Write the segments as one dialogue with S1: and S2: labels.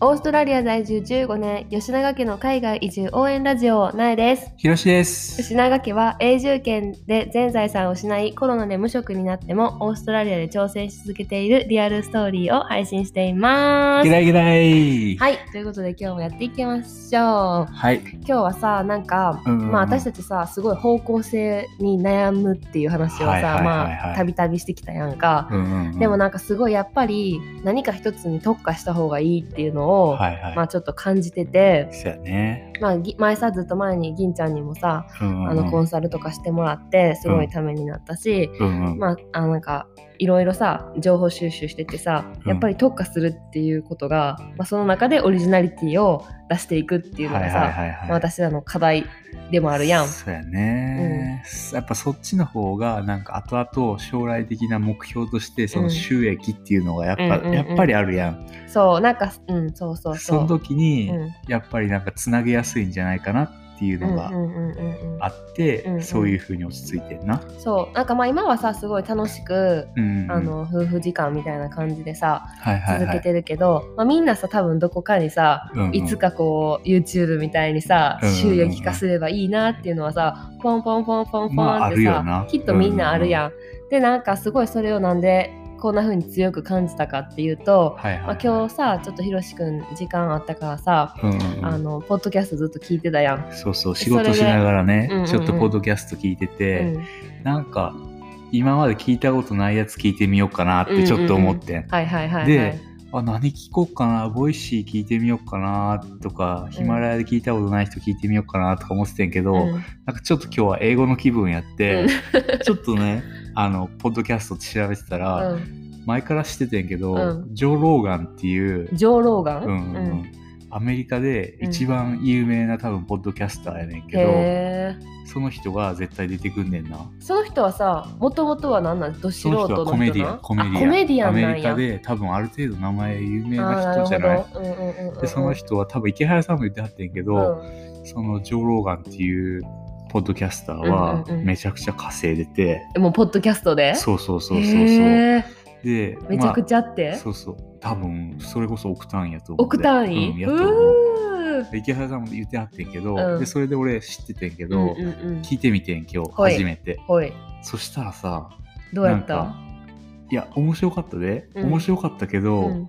S1: オーストラリア在住15年、吉永家の海外移住応援ラジオ、なえです。
S2: ひろしです。
S1: 吉永家は永住権で全財産を失い、コロナで無職になっても、オーストラリアで挑戦し続けているリアルストーリーを配信しています
S2: ゲ。ラゲラい。
S1: はい、ということで今日もやっていきましょう。
S2: はい。
S1: 今日はさ、なんか、
S2: うん
S1: まあ私たちさ、すごい方向性に悩むっていう話を
S2: はい
S1: さ、
S2: はいはいはい
S1: まあ、たびたびしてきたやんか。
S2: うんうんうん
S1: でもなんかすごいやっぱり何か一つに特化した方がいいっていうのを、
S2: はいはい。
S1: まあちょっと感じてて、
S2: そうやね。
S1: まあ、ぎ前さずっと前に銀ちゃんにもさ、
S2: うんうん
S1: あのコンサルとかしてもらってすごいためになったし、
S2: うんうん
S1: まああなんかいろいろさ情報収集しててさ
S2: うん
S1: やっぱり特化するっていうことが、まあ、その中でオリジナリティを出していくっていうの
S2: は
S1: が
S2: い
S1: さ、
S2: はいはいは
S1: ま
S2: い。
S1: あ私らの課題でもあるやん。
S2: そうやね、やっぱそっちの方がなんか後々将来的な目標としてその収益っていうのがやっぱ、
S1: うんうんうん
S2: やっぱりあるやん。
S1: そうなんかうんそうそう
S2: そ
S1: そう。
S2: の時に
S1: うん
S2: やっぱりなんかつなげやすいんじゃないかなっていうのが
S1: うんうんうんうんうん
S2: あって、
S1: うんうん
S2: そういう風に落ち着いてんな。
S1: そうなんかまあ今はさすごい楽しく、
S2: うんうん
S1: あの夫婦時間みたいな感じでさ
S2: はいはいはい
S1: 続けてるけど、まあ、みんなさ多分どこかにさ、
S2: うんうん
S1: いつかこう YouTube みたいにさ
S2: うんうんうん
S1: 収益化すればいいなっていうのはさポンポンポンポンポ
S2: まあ
S1: ン
S2: あ
S1: って
S2: る
S1: さ、
S2: よな
S1: きっとみんなあるやん。でなんかすごいそれをなんでこんな風に強く感じたかっていうと、
S2: はいはいはい
S1: まあ、今日さちょっとひろしくん時間あったからさ、
S2: うんうんうん
S1: あのポッドキャストずっと聞いてたやん。
S2: そうそ
S1: そ
S2: う仕
S1: れで
S2: 事しながらね、
S1: うんうんうん
S2: ちょっとポッドキャスト聞いてて、
S1: うん
S2: なんか今まで聞いたことないやつ聞いてみようかなってちょっと思って、
S1: うんうんうんはいはいはいはい。
S2: であ何聞こうかなボイシー聞いてみようかなとかヒマラヤで聞いたことない人聞いてみようかなとか思ってたんやけど、
S1: うん
S2: なんかちょっと今日は英語の気分やって、 ちょっとねあのポッドキャストって調べてたら、
S1: うん
S2: 前から知ってたんやけど、
S1: う
S2: ジョー・ローガンっていう、
S1: ジョー・ローガン、
S2: うんうんうんアメリカで一番有名な多分ポッドキャスターやねんけど、
S1: へえ
S2: その人が絶対出てくんねんな。
S1: その人はさもともとは何なんど素
S2: そ
S1: 人
S2: の
S1: の
S2: 人
S1: 人
S2: は
S1: な
S2: コメディアン、
S1: あコメディアン
S2: ア
S1: な
S2: メ
S1: ん
S2: リ
S1: や
S2: カで多分ある程度名前有名
S1: あー
S2: な
S1: なる
S2: 人
S1: ほ
S2: じ
S1: ど
S2: ゃない
S1: うんうんうんうんうん
S2: で、その人は多分池原さんも言ってはってんけど、
S1: うん
S2: そのジョー・ローガンっていうポッドキャスターは
S1: うんうんうん
S2: めちゃくちゃ稼いでて、
S1: えもうポッドキャストで
S2: そうそうそうそうそう。
S1: へー
S2: で、
S1: めちゃくちゃあっ
S2: ま
S1: て
S2: あ、、そうそう。多分それこそ億単位やと思う。
S1: 億単位
S2: うん、
S1: う
S2: やと思う。
S1: ーん
S2: で池原さんも言ってはってんけど、
S1: うん
S2: でそれで俺知っててんけ
S1: う
S2: ど、
S1: んうんうん
S2: 聞いてみてん今日
S1: はい
S2: 初めて。
S1: ほい
S2: そしたらさ、
S1: どうやった
S2: なんかいや面白かったで、
S1: うん
S2: 面白かったけど、
S1: うん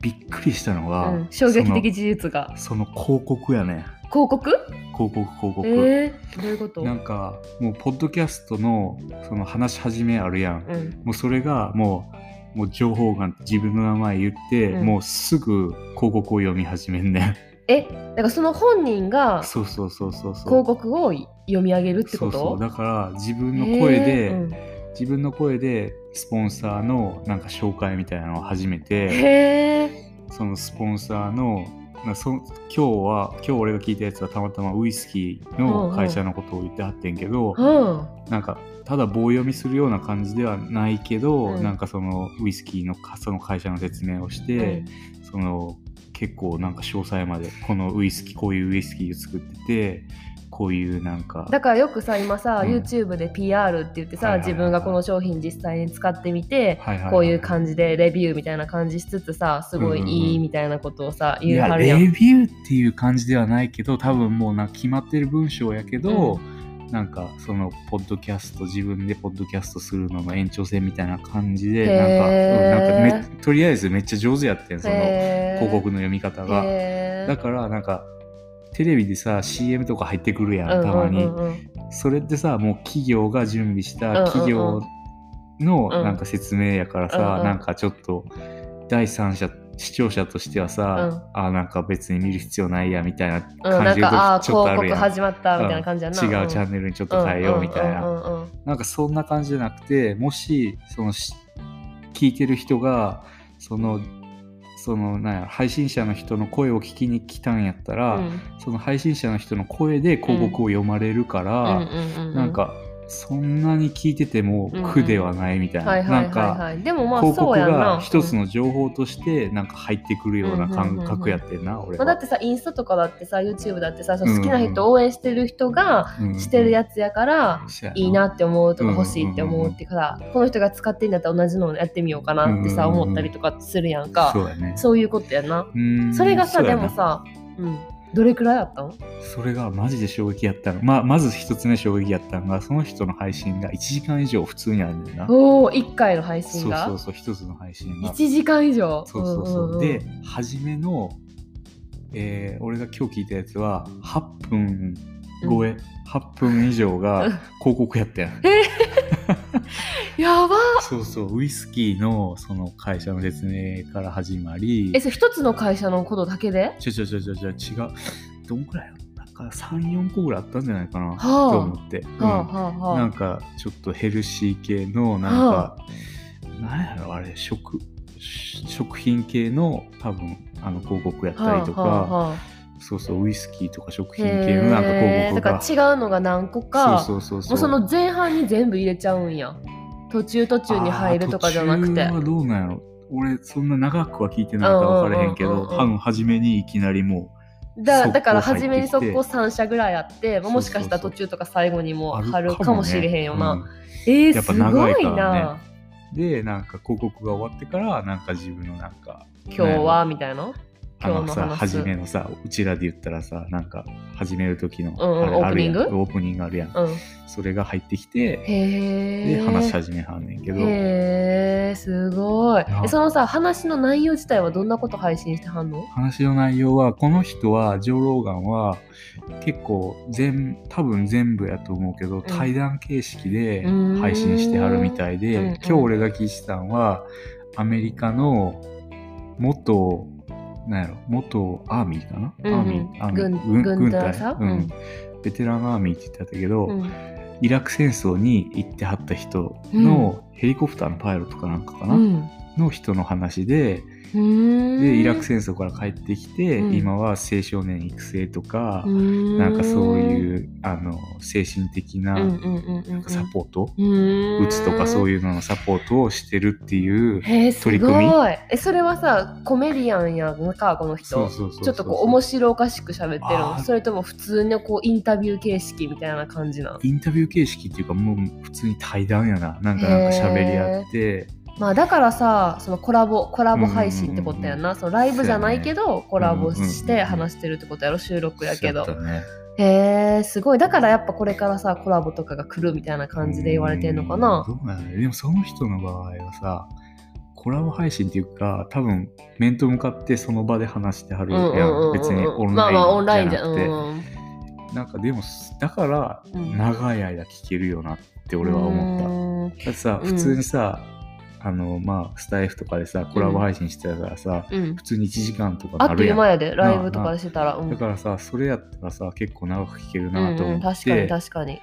S2: びっくりしたのが、
S1: うん衝撃的事実が
S2: そのその広告やね
S1: 広告
S2: 広告広告、
S1: えー、どういうこと
S2: なんかもうポッドキャストのその話し始めあるやん、
S1: うん
S2: もうそれがもうもう情報が自分の名前言って、
S1: うん
S2: もうすぐ広告を読み始め んねん
S1: えだからその本人が
S2: そうそうそうそうそう
S1: 広告を読み上げるって
S2: そ
S1: こ
S2: う
S1: と
S2: そうだから自分の声で、
S1: えーうん
S2: 自分の声でスポンサーのなんか紹介みたいなのを始めて
S1: へえ
S2: そのスポンサーのなそ今日は今日俺が聞いたやつはたまたまウイスキーの会社のことを言ってはってんけど、
S1: うん
S2: なんかただ棒読みするような感じではないけど、
S1: うん
S2: なんかそのウイスキーのかその会社の説明をして、その結構なんか詳細までこのウイスキーこういうウイスキーを作っててこういうなんか
S1: だからよくさ今さ、
S2: うん
S1: YouTube で PR って言ってさ、
S2: はいはいはい
S1: 自分がこの商品実際に使ってみて、
S2: はいはは
S1: こういう感じでレビューみたいな感じしつつさすごい
S2: うんうん
S1: いい
S2: うん
S1: みたいなことをさ、
S2: い
S1: 言うは
S2: や
S1: る
S2: レ
S1: やん。
S2: ビューっていう感じではないけど多分もうなんか決まってる文章やけど、なんかそのポッドキャスト自分でポッドキャストするのの延長線みたいな感じでなんか,、
S1: へー
S2: うんなんかめとりあえずめっちゃ上手やってんその広
S1: へー
S2: 告の読み方が。
S1: へー
S2: だからなんかテレビでさ CM とか入ってくるやんたまに、
S1: うんうんうんうん
S2: それってさもう企業が準備し
S1: うんうんう
S2: た
S1: ん
S2: 企業の
S1: うん
S2: なんか説明やからさ、
S1: うんうん
S2: なんかちょっと第三者視聴者としてはさ、あなんか別に見る必要ないやみたいな
S1: うんな
S2: 感
S1: ん
S2: じる
S1: かあー
S2: 時ちょっとあ
S1: 広告
S2: るやん、
S1: 始まったみたいな感じやな、
S2: 違うチャンネルにちょっと変えようみたいな、
S1: うんうんうんうん
S2: なんかそんな感じじゃなくてもしそのし聞いてる人がそのそのなんや配信者の人の声を聞きに来たんやったら、
S1: うん
S2: その配信者の人の声で広告を読まれるから、
S1: うんうんうんうん
S2: なんかそんなに聞いてても
S1: うんうん
S2: 苦ではないみたい
S1: はい
S2: な。
S1: は
S2: ないん
S1: はい
S2: か
S1: はいでもまあ
S2: 広
S1: そ
S2: 告
S1: うやんな
S2: が一つの情報としてなんか入ってくるような感覚やってんな、俺
S1: まあ、だっ
S2: は。
S1: てさインスタとかだってさ YouTube だってさその
S2: うん
S1: 好きな人応援してる人がしてるやつやから、
S2: つ
S1: いいな
S2: っ
S1: って思うとか欲しいって思うってから、この人が使ってんだったら同じのをやってみようかなってさ、
S2: うんうんうん
S1: 思ったりとかするやん
S2: か。
S1: か
S2: そうやね。
S1: そういうことやな
S2: うん
S1: それがさ
S2: う
S1: で
S2: やな
S1: もさ、うん、どれくらいあったの
S2: それがマジで衝撃やったの。まあ、まず一つ目衝撃やったのが、その人の配信が1時間以上普通にあるんだよな。
S1: おお1回の配信
S2: そう
S1: が
S2: そうそう、一つの配信が。
S1: 1時間以上
S2: そうそうそう。
S1: んんん
S2: で、初めの、えー俺が今日聞いたやつは、8分超え、8分以上が
S1: うん
S2: 広告やったやん。
S1: やばっ
S2: そうそう、ウイスキーのその会社の説明から始まり
S1: え、それ一つの会社のことだけで
S2: ちょちょちょちょちょ、違う。どんくらいなんか3、4個ぐらいあったんじゃないかな、
S1: はあ
S2: と思って。うん
S1: はあはあはあ
S2: なんかちょっとヘルシー系のなんか、なんやろあれ食食品系の多分あの広告やったりとか、
S1: はあはあはあ
S2: そうそうウイスキーとか食品系のなんか
S1: へ
S2: 広
S1: ーだか
S2: 告が
S1: ら違うのが何個か
S2: そうそうそうそう
S1: もうその前半に全部入れちゃうんや途中途中に入るとかじゃなくて
S2: あー途中はどうなんやろ俺そんな長くは聞いてないから分からへんけ
S1: うんうん
S2: ど
S1: うんうんうん
S2: 多分初めにいきなりも
S1: だ
S2: 速攻
S1: だから
S2: 入って
S1: 初
S2: きて
S1: めにそこ3社ぐらいあって、まあ、もしかしたら
S2: そ
S1: 途
S2: うそう
S1: 中とか最後にも
S2: う
S1: う
S2: ある
S1: 貼るかもしれへんよな、
S2: ね
S1: えー、
S2: やっ
S1: す
S2: ぱ
S1: ご
S2: 長い
S1: い
S2: からね
S1: な
S2: うんでなんか広告が終わってからなんか自分のなんか
S1: 今日はみたいな
S2: あの
S1: 今
S2: さ
S1: 日の話
S2: 初めのさうちらで言ったらさなんか始める時の
S1: うんうん
S2: あれあるやん
S1: オープニン
S2: オープニングあるやん
S1: うん
S2: それが入ってきて
S1: へえ
S2: で話し始めはんねんけど
S1: へえすごい
S2: な
S1: えそのさ話の内容自体はどんなこと配信してはんの
S2: 話の内容はこの人はジョー・ローガンは結構全多分全部やと思うけど対談形式で
S1: うん
S2: 配信してはるみたいで
S1: うんうん
S2: 今日俺が聞いてたんはアメリカの元なんやろ元アーミーかな、
S1: うんうん
S2: アーミーアーミー
S1: 軍
S2: 軍
S1: 軍
S2: 軍
S1: 隊
S2: 隊
S1: さ
S2: う
S1: うん
S2: ん、ベテランアーミーって言ってたけど、
S1: うん
S2: イラク戦争に行ってはった人のヘリコプターのパイロットかなんかかな、
S1: うん
S2: の人の話で
S1: うーん
S2: でイラク戦争から帰ってきて、
S1: うん
S2: 今は青少年育成とか、
S1: な
S2: なんかそう
S1: う
S2: いうあの精神的な
S1: うんうんうんうんうん
S2: サポート、
S1: う
S2: うつとかそう
S1: いう
S2: いうののサポートをしてるっていう。
S1: へーすごい
S2: 取り組み
S1: えそれはさコメディアンやんかこの人
S2: そうそ
S1: ちょっとこう面
S2: 白
S1: 白おかしく喋ってる
S2: あ
S1: の
S2: ー
S1: それとも普通のこうインタビュー形式みたいな感じなの
S2: インタビュー形式っていうかもう普通に対談やななんかなんか喋り合って
S1: まあだからさそのコラボコラボ配信ってことや
S2: うん
S1: なそのライブじゃないけどコラボし
S2: うんうん
S1: て
S2: うん
S1: 話してるってことやろ収録やけど
S2: そうやったね
S1: へえすごいだからやっぱこれからさコラボとかが来るみたいな感じで言われてんのかな
S2: うんどうなのでもその人の場合はさコラボ配信っていうか多分面と向かってその場で話してはる
S1: うんうん
S2: や
S1: うんうん
S2: ん別にオン
S1: まあまあオンラ
S2: ライ
S1: イン
S2: ン
S1: じ
S2: じ
S1: ゃ
S2: ゃ
S1: う
S2: なん
S1: うん
S2: くて
S1: うん
S2: なんかでもだから
S1: うん
S2: 長い間聞けるよなって俺は思った、だってさ
S1: うん
S2: 普通にさ、あのまあスタイフとかでさコラボ配信してたらさ、
S1: た。うん。
S2: 普通に1時間とか
S1: あ
S2: な
S1: っと
S2: る
S1: い
S2: や
S1: うん間やで、ライブとかしてたら。うん
S2: だからさそれやったらさ結構長く聞ける
S1: うん
S2: なと
S1: う
S2: 思
S1: ん、
S2: っ
S1: 確かに
S2: て、
S1: 確かに。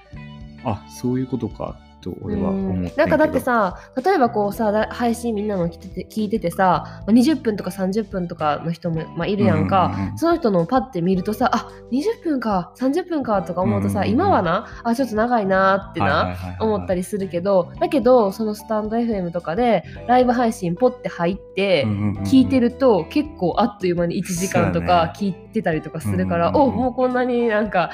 S2: あそういうことかと俺は思って
S1: うんなんかだってさ、例えばこうさ、だ配信みんなの聞いてて聞いててさ、まあ20分とか30分とかの人も、まあ、いるやんか、
S2: うんうんうん
S1: その人のをパッて見るとさ、あ20分か、30分かとか思うとさ、
S2: うんうんうん
S1: 今はな、あ、ちょっと長いなーってな。思った
S2: り
S1: りするけどだけどそのスタンド FM とかでライブ配信ポッて入って、聞いてると結構あっという間に1時間とか聞いてたりとかするから、
S2: うんうんうん
S1: おもうこんなになんか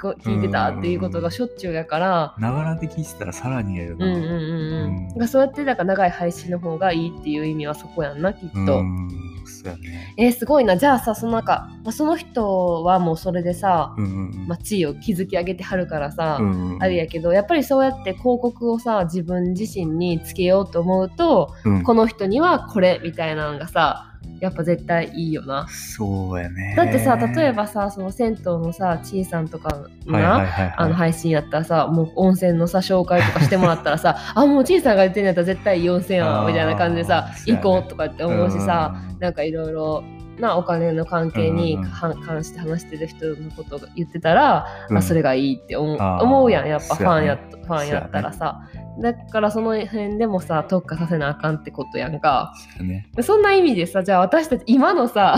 S1: こう聞いてたっていうことがしょっちゅうやから、
S2: ながらで聞いてたらさらにやる
S1: う
S2: な。
S1: んうんうんうん
S2: うん
S1: だからそうやってなんか長い配信の方がいいっていう意味はそこやんなきっと。
S2: うんそうやね。
S1: えーすごいなじゃあさそのなんか、まあ、その人はもうそれでさ、
S2: うんうん
S1: まあ、地位を築き上げてはるからさ、
S2: うんうん
S1: あれやけどやっぱりそうやって広告をさ自分自身につけようと思うと、
S2: うん
S1: この人にはこれみたいなのがさやっぱ絶対いいよな。
S2: そうやね。
S1: だってさ例えばさその銭湯のさちいさんとかな、
S2: はいはいはいはい
S1: あの配信やったらさもう温泉のさ紹介とかしてもらったら さあもうちいさんが言ってんやったら絶対いい温泉やわ
S2: あー
S1: みたいな感じでさ、
S2: そうや
S1: 行
S2: ね
S1: こうとかって思うしさ、
S2: うん
S1: なんかいろいろなお金の関係に
S2: うんうん
S1: は関して話してる人のことを言ってたら、
S2: うん
S1: あそれがいいって思う
S2: あー
S1: 思うやんやっぱ
S2: そ
S1: フ
S2: うや
S1: ァ
S2: ね
S1: ンや,、ファンやったらさ、だからその辺でもさ特化させなあかんってことやんか
S2: そうね。
S1: そんな意味でさじゃあ私たち今の さ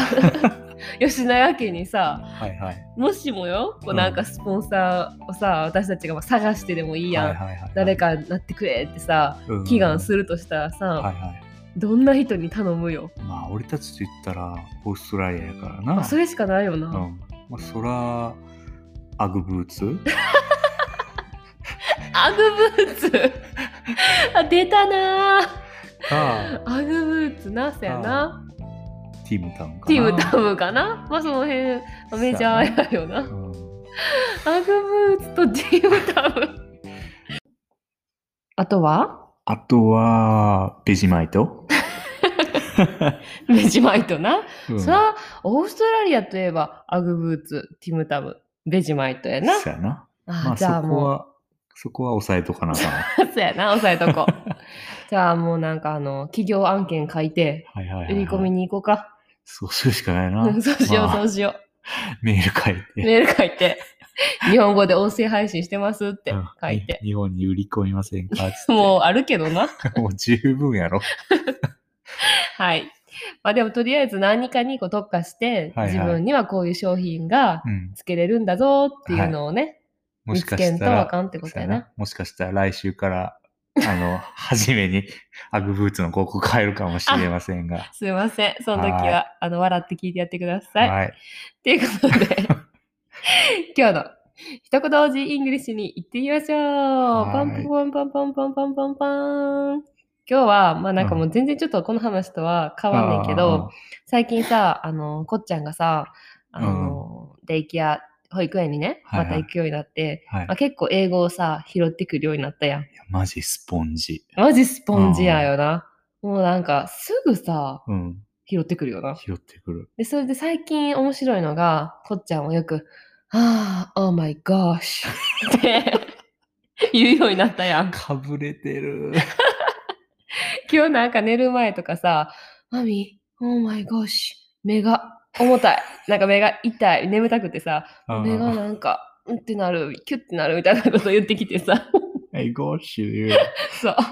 S1: 吉永家にさ
S2: はいはい。
S1: もしもよこ
S2: う
S1: うんなんかスポンサーをさ私たちがまあ探してでもいいやん、
S2: はいはいはい
S1: 誰かなってくれってさ
S2: うん
S1: 祈願するとしたらさ、
S2: はいはい。
S1: どんな人に頼むよ
S2: まあ、俺たちと言ったら、オーストラリアやから
S1: あ
S2: な。
S1: それしかないよな、
S2: うん。まあ、そら、アグブーツ
S1: アグブーツ あ出たなー
S2: か、
S1: アグブーツなそやな
S2: ティムタウンかな。
S1: ティムタウンかなまあその辺メジャーやよな
S2: うん。
S1: アグブーツとティムタウ ンあとは
S2: あとは、ベジマイト。
S1: ベジマイトな、
S2: うん
S1: そらオーストラリアといえばアグブーツティムタウンベジマイトやな
S2: そうやな。
S1: あ、
S2: まあ、
S1: じ
S2: そ
S1: ゃあ
S2: こ
S1: もう
S2: は、そこは抑えとかな あかん。
S1: そうやな押さえと こうじゃあもうなんかあの企業案件書いて
S2: はいはいはいはい。
S1: 売り込みに行こうか
S2: そうするしかないな。
S1: うん そうしよう、
S2: まあ
S1: そうしよ。
S2: メール書いうて。
S1: メール書いて、日本語で音声配信してますって
S2: うん
S1: 書いて。
S2: 日本に売り込みませんか つって
S1: もうあるけどな。
S2: もう十分やろ。
S1: はい。まあでもとりあえず何かにこう特化して、
S2: はいはい
S1: 自分にはこういう商品が
S2: うん。
S1: つけれるんだぞっていうのをね、
S2: も
S1: 見
S2: し
S1: つ
S2: か
S1: け
S2: し
S1: んと
S2: た
S1: あ
S2: ら、
S1: かんってことや
S2: そうや
S1: な
S2: な。もしかしたら来週から、あの、 初めにアグブーツの広告変えるかもしれませんが。
S1: すいません。その時
S2: は
S1: は、あの、笑って聞いてやってください。
S2: はい。
S1: ということで、 今日の一言おじイングリッシュに行ってみましょう。
S2: はい
S1: パンパンパンパンパンパンパンパン。今日は、まあなんかもう全然ちょっとこの話とは変わんねんけど、最近さ、あの、こっちゃんがさ、あの、デイケア、保育園にね、
S2: はいは
S1: ま
S2: い
S1: た行くようになって、
S2: あー、はい
S1: まあ、結構英語をさ、拾ってくるようになったやん。
S2: いやマジスポンジ。
S1: マジスポンジやよな。もうなんか、すぐさ、
S2: うん。
S1: 拾ってくるよな。
S2: 拾ってくる。
S1: で、それで最近面白いのが、こっちゃんはよく、ああ、オーマイゴーシュ って言うようになったやん。
S2: かぶれて る。
S1: 今日なんか寝る前とかさ、マミ、オーマイゴーシュ、目が重たい。なんか目が痛い。眠たくてさ、目がなんか、うんってなる、キュッてなるみたいなこと言ってきてさ、
S2: え、ゴッシュ
S1: そう。あ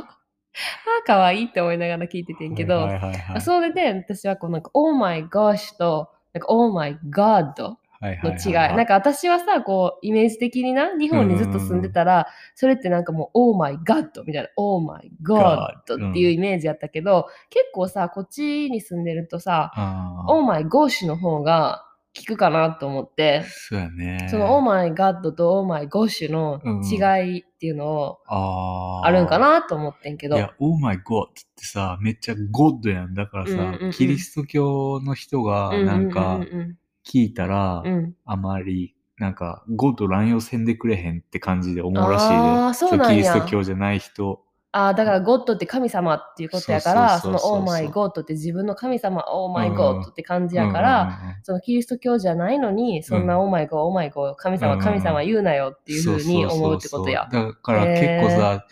S1: あ、かわいいって思いながら聞いててんけど、
S2: はいはいはいはい。
S1: それで私はこうなんか、オーマイゴーシュと、なんか、オーマイガード。
S2: はいはい
S1: の
S2: はい
S1: 違い。なんか私はさ、こう、イメージ的にな、日本にずっと住んでたら、それってなんかもう、オーマイガッドみたいな、オーマイガッ
S2: God う
S1: ド
S2: ん
S1: っていうイメージやったけど、結構さ、こっちに住んでるとさ、
S2: あー
S1: オーマイゴーシュの方が効くかなと思って、
S2: そうやね。
S1: そのオーマイガッドとオーマイゴーシュの違いっていうのを、
S2: あー
S1: あるんかなと思ってんけど
S2: い、や、オーマイゴッドってさ、めっちゃゴッドやん。だからさ、
S1: うんうんうん
S2: キリスト教の人がなんか
S1: うんうん
S2: 聞いた
S1: う
S2: ら、
S1: んうんうん
S2: あまり、なんか、ゴッド乱用せんでくれへんって感じで思うらしいで。
S1: あーそうなんや
S2: キリスト教じゃない人。
S1: ああ、だから、ゴッドって神様っていうことやから、そう
S2: そそう
S1: の
S2: そうそうそう
S1: オーマイゴッドって自分の神様、オーマイゴッドって感じやから、
S2: うんうんうん
S1: そのキリスト教じゃないのに、そんな、
S2: うん
S1: オーマイゴー、オーマイゴー、神
S2: う
S1: 様、
S2: ん
S1: 神様言うなよっていうふうに思うってことや。
S2: そうそうそうそうだから結構さ、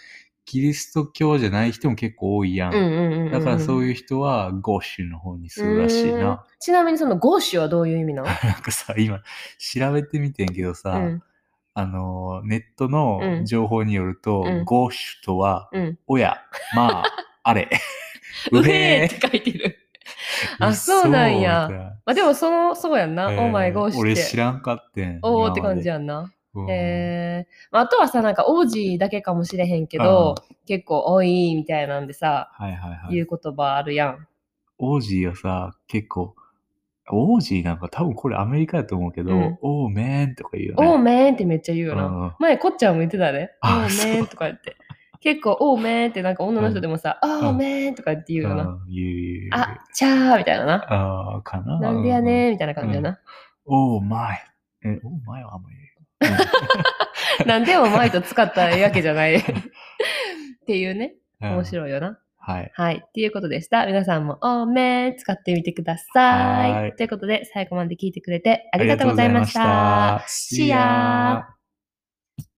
S2: キリスト教じゃない人も結構多いやん。
S1: うんうんうんうん。
S2: だからそう
S1: う
S2: いう人はゴッシュの方にするらしい
S1: ーん
S2: な。。
S1: ちなみにそのゴーシュはどういう意味なの
S2: なんかさ、今調べてみてんけどさ、
S1: うん
S2: あの、ネットの
S1: うん
S2: 情報によると、
S1: うん
S2: ゴッシュとは、
S1: うん。
S2: おや、 まあ、あれ。
S1: うへーって書いてる。あそうなんや
S2: 嘘みたいな
S1: まあでもその、そうやんな。オ
S2: え
S1: ーマイゴーシュ
S2: 俺
S1: っ
S2: 知
S1: て。
S2: らんかってん。
S1: おーって感じやんな。
S2: 今まで。
S1: へえ。まああとはさ、なんか王子だけかもしれへんけど、結構多いみたいなんでさ、
S2: うんはいはいはい。
S1: 言う言葉あるやん。
S2: オージーはさ、結構、オージーなんか多分これアメリカやと思うけど、
S1: うん
S2: オーメンとか言うよね。
S1: オーメンってめっちゃ言うよな。
S2: うん
S1: 前こっちゃんも言ってたね「オ
S2: あ
S1: ーメン」とか言って結構「オーメン」ってなんか女の人でもさ「
S2: ん
S1: オーメン」とかって言うよな
S2: うん言う言う言う
S1: 「あちゃー」みたいなな
S2: あーか
S1: 「
S2: な。
S1: なんでやねー」みたいな感じだな
S2: うん。オーマイ。え、オーマイはあんま
S1: 「
S2: り。
S1: なんでお前」と使ったらええわけじゃ ないっていうね面
S2: い。
S1: 白いよな
S2: はい。
S1: はいっていうことでした皆さんも「オーメン」使ってみてくださ
S2: はい
S1: いということで最後まで聞いてくれてありがとうございました
S2: ありがとうございました。
S1: See ya.